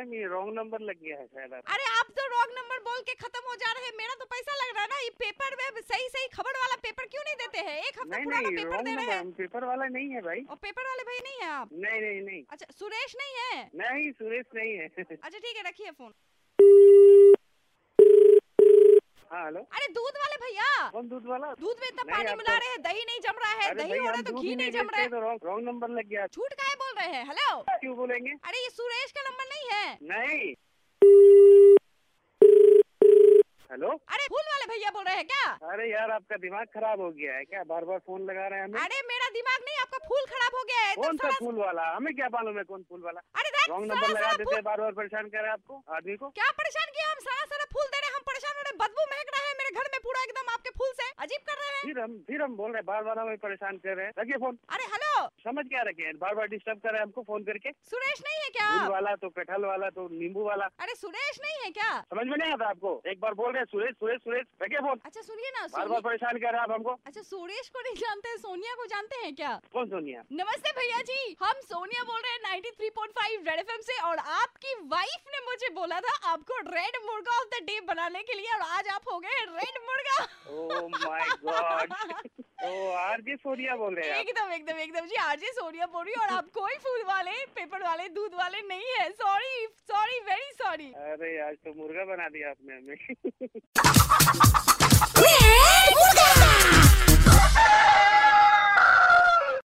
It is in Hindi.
नंबर लग गया है शायद आप अरे आप तो रॉन्ग नंबर बोल के खत्म हो जा रहे हैं मेरा तो पैसा लग रहा है ना ये पेपर में सही सही खबर वाला पेपर क्यों नहीं देते हैं एक हफ्ता नहीं पुराना पेपर तो दे रहे नहीं रॉन्ग नंबर हैं हम पेपर वाला नहीं है भाई और पेपर वाले भाई नहीं है आप नहीं नहीं नहीं अच्छा सुरेश नहीं है नहीं सुरेश नहीं है अच्छा ठीक है रखिए फोन हाँ हेलो अरे दूध वाले भैया कौन दूध वाला दूध में इतना नहीं, पानी आपको- मिला रहे हैं दही नहीं जम रहा है अरे दही भाई, हो रहा हम है तो दूध घी ही नहीं जम रहा बेचते है तो रॉन्ग रॉन्ग नंबर लग गया झूठ काहे बोल रहे हैं हेलो क्यों बोलेंगे अरे ये सुरेश का नंबर नहीं है नहीं हेलो अरे फूल वाले भैया बोल रहे हैं क्या अरे यार आपका दिमाग खराब हो गया है क्या बार बार फोन लगा रहे हैं हमें अरे मेरा दिमाग नहीं आपका फूल खराब हो गया है कौन एकदम सा सारा फूल वाला हमें क्या मालूम है कौन फूल वाला अरे देख रॉन्ग सारा नंबर लगा सारा देते फूल हैं बार बार परेशान कर रहे हैं आपको आदमी को क्या परेशान किया हम सारा सारा फूल दे रहे हैं, हम परेशान हो रहे हैं, बदबू महक रहा है मेरे घर में पूरा एकदम आपके फूल से अजीब कर रहे हैं फिर हम फिर हम बोल रहे हैं बार बार हमें परेशान कर रहे हैं रखिए फोन अरे हेलो समझ क्या रखे हैं बार बार डिस्टर्ब कर रहे हैं हमको फोन करके सुरेश नहीं है क्या फूल आप? वाला तो कटहल वाला तो नींबू वाला अरे सुरेश नहीं है क्या समझ में नहीं आता आपको एक बार बोल रहे हैं सुरेश सुरेश सुरेश रखिए फोन अच्छा सुनिए ना बार बार सोनी- परेशान कर रहे हैं आप हमको अच्छा सुरेश को नहीं जानते हैं, सोनिया को जानते हैं क्या कौन सोनिया नमस्ते भैया जी हम सोनिया बोल रहे हैं 93.5 रेड एफएम से और आपकी वाइफ ने मुझे बोला था आपको रेड मुर्गा ऑफ द डे बनाने के लिए और आज आप हो गए रेड मुर्गा oh my God O RJ Sonia बोल रहे हैं आप। एकदम एकदम एकदम जी आरजे सोनिया बोल रही हूँ और आप कोई फूल वाले पेपर वाले दूध वाले नहीं है सॉरी सॉरी वेरी सॉरी अरे आज तो मुर्गा बना दिया आपने हमें Yeah!